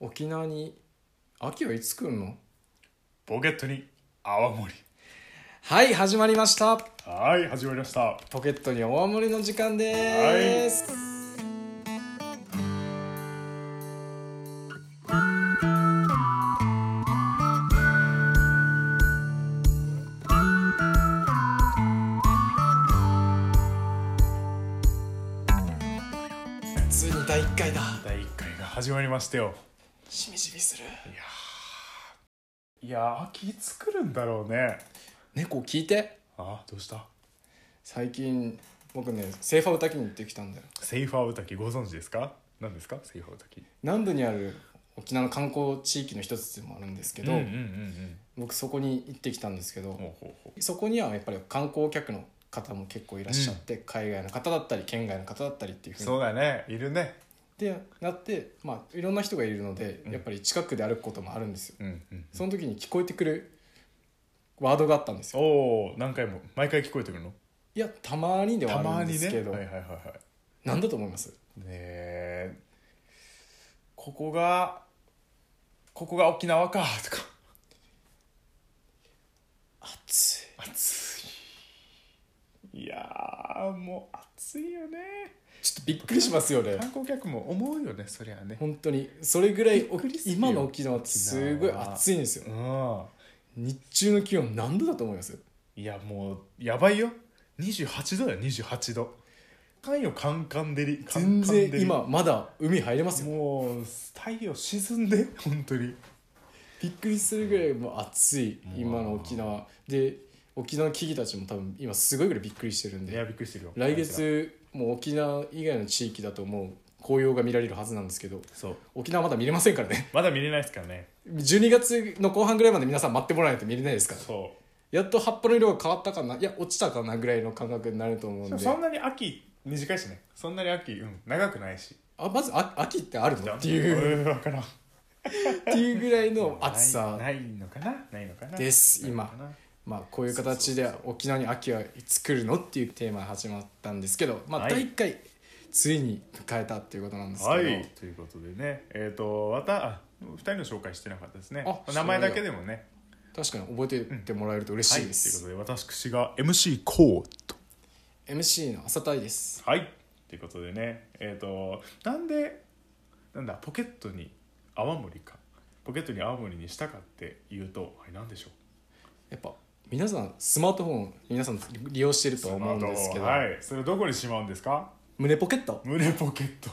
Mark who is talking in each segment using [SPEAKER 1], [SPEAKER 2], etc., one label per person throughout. [SPEAKER 1] 沖縄に秋はいつ来るの
[SPEAKER 2] ポケットに泡盛
[SPEAKER 1] はい始まりました
[SPEAKER 2] はい始まりました
[SPEAKER 1] ポケットにお守りの時間です、ついに第1回だ
[SPEAKER 2] 第1回が始まりましたよ
[SPEAKER 1] しみじみする
[SPEAKER 2] いやー秋作るんだろうね
[SPEAKER 1] 猫聞いて
[SPEAKER 2] あどうした
[SPEAKER 1] 最近僕ねセーファー歌きに行ってきたんだよ
[SPEAKER 2] セイファーウタキご存知ですか何ですかセイファーウタキ
[SPEAKER 1] 南部にある沖縄の観光地域の一つでもあるんですけど、
[SPEAKER 2] うんうんうん
[SPEAKER 1] 僕そこに行ってきたんですけど
[SPEAKER 2] うんほうほうほ
[SPEAKER 1] そこにはやっぱり観光客の方も結構いらっしゃって、海外の方だったり県外の方だったりっていう
[SPEAKER 2] う
[SPEAKER 1] ふうに
[SPEAKER 2] そうだねいるね
[SPEAKER 1] でなって、まあ、いろんな人がいるので、
[SPEAKER 2] うん
[SPEAKER 1] やっぱり近くで歩くこともあるんですよ
[SPEAKER 2] うんうん
[SPEAKER 1] その時に聞こえてくるワードがあったんですよ
[SPEAKER 2] おお何回も毎回聞こえてくるの
[SPEAKER 1] いやたまにで
[SPEAKER 2] た
[SPEAKER 1] はあ
[SPEAKER 2] ま
[SPEAKER 1] るんで
[SPEAKER 2] にね
[SPEAKER 1] す
[SPEAKER 2] はい
[SPEAKER 1] け
[SPEAKER 2] は
[SPEAKER 1] ど、
[SPEAKER 2] いはいはい
[SPEAKER 1] なんだと思います
[SPEAKER 2] ねえここがここが沖縄かとか
[SPEAKER 1] 暑い
[SPEAKER 2] 暑いいやーもう暑いよね
[SPEAKER 1] ちょっとびっくりしますよね
[SPEAKER 2] 観光客も思うよねそりゃね
[SPEAKER 1] 本当にそれぐらい
[SPEAKER 2] びっくりするよ
[SPEAKER 1] 今の沖縄ってすごい暑いんですよ
[SPEAKER 2] うん
[SPEAKER 1] 日中の気温何度だと思います
[SPEAKER 2] いやもうやばいよ28度だよ28度カンよカンカン照りカン
[SPEAKER 1] 全
[SPEAKER 2] カン照り
[SPEAKER 1] 然今まだ海入れますよ
[SPEAKER 2] もう太陽沈んで本当に
[SPEAKER 1] びっくりするぐらいもう暑い
[SPEAKER 2] うん
[SPEAKER 1] 今の沖縄で沖縄の木々たちも多分今すごいぐらいびっくりしてるん
[SPEAKER 2] いや
[SPEAKER 1] で
[SPEAKER 2] びっくりしてるよ
[SPEAKER 1] 来月もう沖縄以外の地域だともう紅葉が見られるはずなんですけど
[SPEAKER 2] そう
[SPEAKER 1] 沖縄まだ見れませんからね
[SPEAKER 2] まだ見れないですからね
[SPEAKER 1] 12月の後半ぐらいまで皆さん待ってもらわないと見れないですから
[SPEAKER 2] そ
[SPEAKER 1] やっと葉っぱの色が変わったかないや落ちたかなぐらいの感覚になると思う
[SPEAKER 2] うんでも
[SPEAKER 1] で
[SPEAKER 2] そんなに秋短いしねそんなに秋、うん、長くないし
[SPEAKER 1] あまずあ秋ってあるのっていう
[SPEAKER 2] うんわからん
[SPEAKER 1] っていうぐらいの暑さ
[SPEAKER 2] ないないのかなないのかな
[SPEAKER 1] です
[SPEAKER 2] ないのかな
[SPEAKER 1] まあこういう形で沖縄に秋はいつ来るのっていうテーマが始まったんですけど、まあ、
[SPEAKER 2] はい
[SPEAKER 1] 第1回ついに迎えたっていうことなんですけど、
[SPEAKER 2] はいということでねえっ、とまたあ2人の紹介してなかったですね
[SPEAKER 1] あ
[SPEAKER 2] 名前だけでもね
[SPEAKER 1] 確かに覚えてってもらえると嬉
[SPEAKER 2] は
[SPEAKER 1] し
[SPEAKER 2] い
[SPEAKER 1] いで
[SPEAKER 2] と
[SPEAKER 1] す、
[SPEAKER 2] いうことで私が MC コート
[SPEAKER 1] MC の浅田井です
[SPEAKER 2] はいということでねえっ、となんでなんだポケットに泡盛かポケットに泡盛にしたかっていうとあれなんでしょう
[SPEAKER 1] やっぱ皆さんスマートフォン皆さん利用してるとは思うんですけど、
[SPEAKER 2] はいそれどこにしまうんですか
[SPEAKER 1] 胸ポケット
[SPEAKER 2] 胸ポケット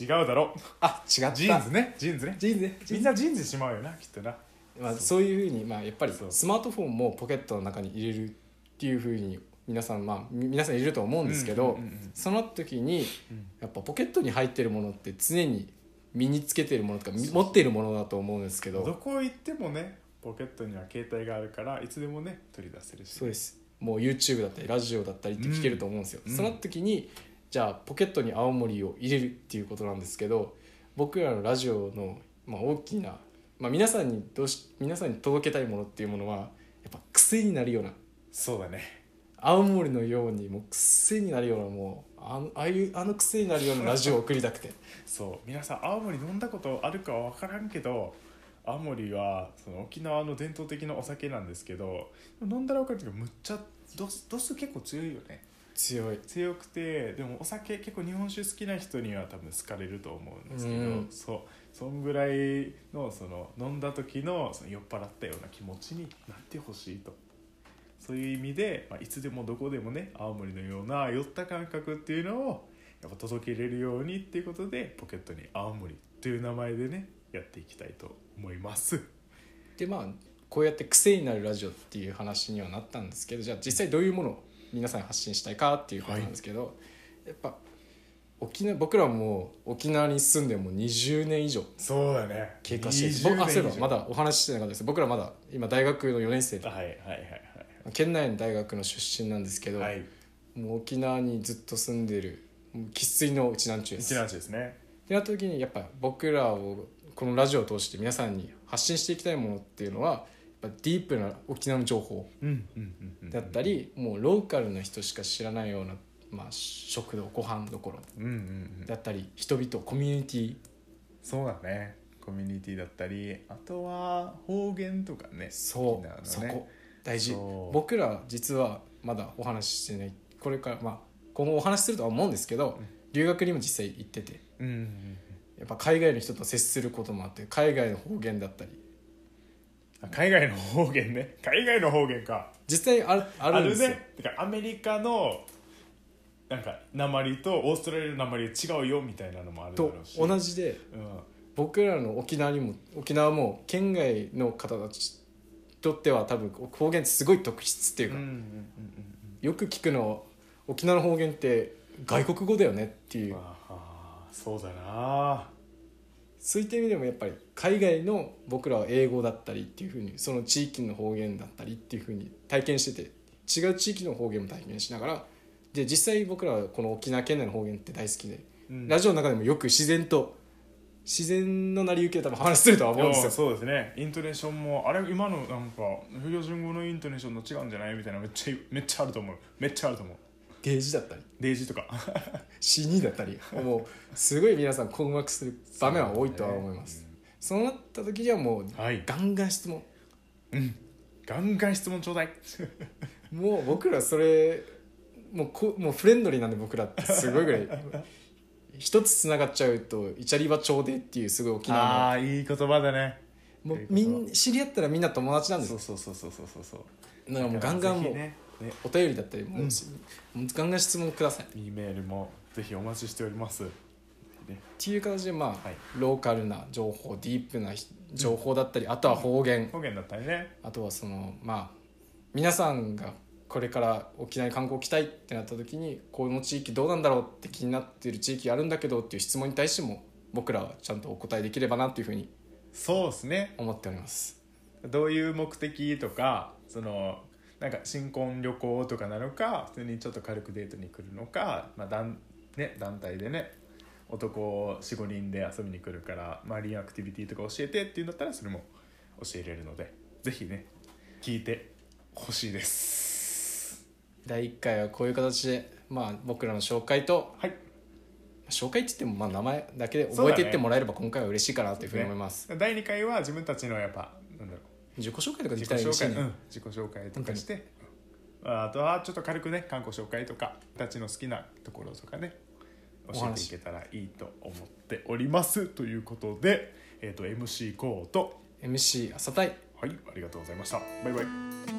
[SPEAKER 2] 違うだろ
[SPEAKER 1] あ違った
[SPEAKER 2] ジーンズねジーンズね
[SPEAKER 1] ジーンズねジー
[SPEAKER 2] み
[SPEAKER 1] ン
[SPEAKER 2] んなジーンズしまうよなきっとな
[SPEAKER 1] ズまあ、そういうふうに、まあ、やっぱり
[SPEAKER 2] そう
[SPEAKER 1] スマートフォンもポケットの中に入れるっていうふうに皆さんまあみ皆さん入れると思うんですけど、
[SPEAKER 2] うんうんうんうん
[SPEAKER 1] その時に
[SPEAKER 2] うん
[SPEAKER 1] やっぱポケットに入ってるものって常に身につけてるものとかみ
[SPEAKER 2] そう
[SPEAKER 1] 持っているものだと思うんですけ
[SPEAKER 2] ど
[SPEAKER 1] ど
[SPEAKER 2] こ行ってもねポケットには携帯があるからいつでもね取り出せるし
[SPEAKER 1] そうですもう YouTube だったりラジオだったりって聞けると思うんですよ、
[SPEAKER 2] うん
[SPEAKER 1] その時にじゃあポケットに青森を入れるっていうことなんですけど僕らのラジオの、まあ、大きな、まあ、皆さんにどうし皆さんに届けたいものっていうものはやっぱ癖になるような
[SPEAKER 2] そうだね
[SPEAKER 1] 青森のようにもう癖になるようなもうあのああいうあの癖になるようなラジオを送りたくて
[SPEAKER 2] そう皆さん青森飲んだことあるかは分からんけど青森はその沖縄の伝統的なお酒なんですけど飲んだら分かるけどむっちゃ度数度数結構強いよね
[SPEAKER 1] 強い
[SPEAKER 2] 強くてでもお酒結構日本酒好きな人には多分好かれると思うんですけど、
[SPEAKER 1] うん
[SPEAKER 2] そうそんぐらいのその飲んだ時のその酔っ払ったような気持ちになってほしいとそういう意味で、まあ、いつでもどこでもね青森のような酔った感覚っていうのをやっぱ届けれるようにっていうことでポケットに青森という名前でねやっていきたいと思います。
[SPEAKER 1] でまあこうやって癖になるラジオっていう話にはなったんですけどじゃあ実際どういうものを皆さんに発信したいかっていうことなんですけど、やっぱ沖縄僕らもう沖縄に住んでもう20年以上
[SPEAKER 2] そうだね
[SPEAKER 1] 経過して
[SPEAKER 2] 20
[SPEAKER 1] 僕あそうい
[SPEAKER 2] 年
[SPEAKER 1] えば
[SPEAKER 2] 以上
[SPEAKER 1] まだお話ししてなかったです僕らまだ今大学の4年生で
[SPEAKER 2] はいはいはい
[SPEAKER 1] 県内の大学の出身なんですけど、
[SPEAKER 2] はいはい
[SPEAKER 1] もう沖縄にずっと住んでる生粋のうちなんちゅうです
[SPEAKER 2] 一覧地ですね
[SPEAKER 1] ってなった時にやっぱ僕らをこのラジオを通して皆さんに発信していきたいものっていうのはやっぱディープな沖縄の情報
[SPEAKER 2] うんうんうんうん
[SPEAKER 1] だったりもうローカルの人しか知らないような、まあ、食堂ご飯どころ
[SPEAKER 2] うんうんうん
[SPEAKER 1] だったり人々コミュニティ
[SPEAKER 2] そうだねココミュニティだったりあとは方言とかね
[SPEAKER 1] そう、
[SPEAKER 2] 沖縄のね
[SPEAKER 1] そこ大事
[SPEAKER 2] そう
[SPEAKER 1] 僕ら実はまだお話ししてないこれからまあ今後お話しするとは思うんですけど、
[SPEAKER 2] うん
[SPEAKER 1] 留学にも実際行ってて
[SPEAKER 2] うんうん
[SPEAKER 1] やっぱ海外の人と接することもあって海外の方言だったり
[SPEAKER 2] うん、あ海外の方言ね海外の方言か
[SPEAKER 1] 実際あるあるんですよ、
[SPEAKER 2] ねてかアメリカのなんか鉛とオーストラリアの鉛違うよみたいなのもあるだろ
[SPEAKER 1] と
[SPEAKER 2] うし
[SPEAKER 1] 同じで
[SPEAKER 2] うん
[SPEAKER 1] 僕らの沖縄にも沖縄も県外の方たちにとっては多分方言ってすごい特質っていう
[SPEAKER 2] うんう
[SPEAKER 1] か、
[SPEAKER 2] んうんうん
[SPEAKER 1] よく聞くのは沖縄の方言って外国語だよねっていう
[SPEAKER 2] うんああそうだな
[SPEAKER 1] そういった意味でもやっぱり海外の僕らは英語だったりっていうふうにその地域の方言だったりっていうふうに体験してて違う地域の方言も体験しながらで実際僕らはこの沖縄県内の方言って大好きで、
[SPEAKER 2] うん
[SPEAKER 1] ラジオの中でもよく自然と自然の成り行きで多分話するとは思うんです
[SPEAKER 2] あ
[SPEAKER 1] よ。
[SPEAKER 2] そうですねイントネーションもあれ今のなんか不良順語のイントネーションの違うんじゃないみたいなめっちゃめっちゃあると思うめっちゃあると思う
[SPEAKER 1] デージだったり
[SPEAKER 2] デイジーとか
[SPEAKER 1] 死にだった りもうすごい皆さん困惑する場面は多いとは思います。そうなった時にはもう
[SPEAKER 2] うんはい
[SPEAKER 1] ガンガン質問
[SPEAKER 2] ガンガン質問ちょうだい
[SPEAKER 1] もう僕らそれもうこもうフレンドリーなんで僕らってすごいぐらい一つつながっちゃうとイチャリバ調でっていうすごい沖縄
[SPEAKER 2] ああいい言葉だね
[SPEAKER 1] のも
[SPEAKER 2] いういこと
[SPEAKER 1] みん知り合ったらみんな友達なんです
[SPEAKER 2] そう
[SPEAKER 1] よ
[SPEAKER 2] そうそうそうそうそうそう
[SPEAKER 1] だからもうガンガンもう
[SPEAKER 2] ぜひねね
[SPEAKER 1] お便りだったりも,、もうガンガン質問くださいっ
[SPEAKER 2] E メールもぜひお待ちしておりますね
[SPEAKER 1] ていう形でまあ、
[SPEAKER 2] はい
[SPEAKER 1] ローカルな情報ディープなひ情報だったりあとは方言、
[SPEAKER 2] 方言だったりね
[SPEAKER 1] あとはそのまあ皆さんがこれから沖縄に観光来たいってなった時にこの地域どうなんだろうって気になってる地域あるんだけどっていう質問に対しても僕らはちゃんとお答えできればなというふうに
[SPEAKER 2] そうですね
[SPEAKER 1] 思っております
[SPEAKER 2] どういう目的とかそのなんか新婚旅行とかなのか普通にちょっと軽くデートに来るのか、まあ団ね、団体でね男45人で遊びに来るからマリンアクティビティとか教えてっていうんだったらそれも教えれるのでぜひね聞いてほしいです
[SPEAKER 1] 第1回はこういう形で、まあ、僕らの紹介と
[SPEAKER 2] はい
[SPEAKER 1] 紹介って言ってもまあ名前だけで覚えていってもらえれば今回は嬉しいかなというふうに思います、
[SPEAKER 2] ね第2回は自分たちのやっぱなんだろう
[SPEAKER 1] 自己紹介とかで
[SPEAKER 2] 自
[SPEAKER 1] き
[SPEAKER 2] 己
[SPEAKER 1] たら嬉
[SPEAKER 2] 紹
[SPEAKER 1] しい
[SPEAKER 2] 介、
[SPEAKER 1] ね、
[SPEAKER 2] うん自己紹介とかしてうんあとはちょっと軽くね観光紹介とかたちの好きなところとかね
[SPEAKER 1] お
[SPEAKER 2] 教えてい
[SPEAKER 1] 話
[SPEAKER 2] けたらいいと思っておりますということで、えー、と MC コート
[SPEAKER 1] MC 浅田井
[SPEAKER 2] はいありがとうございましたバイバイ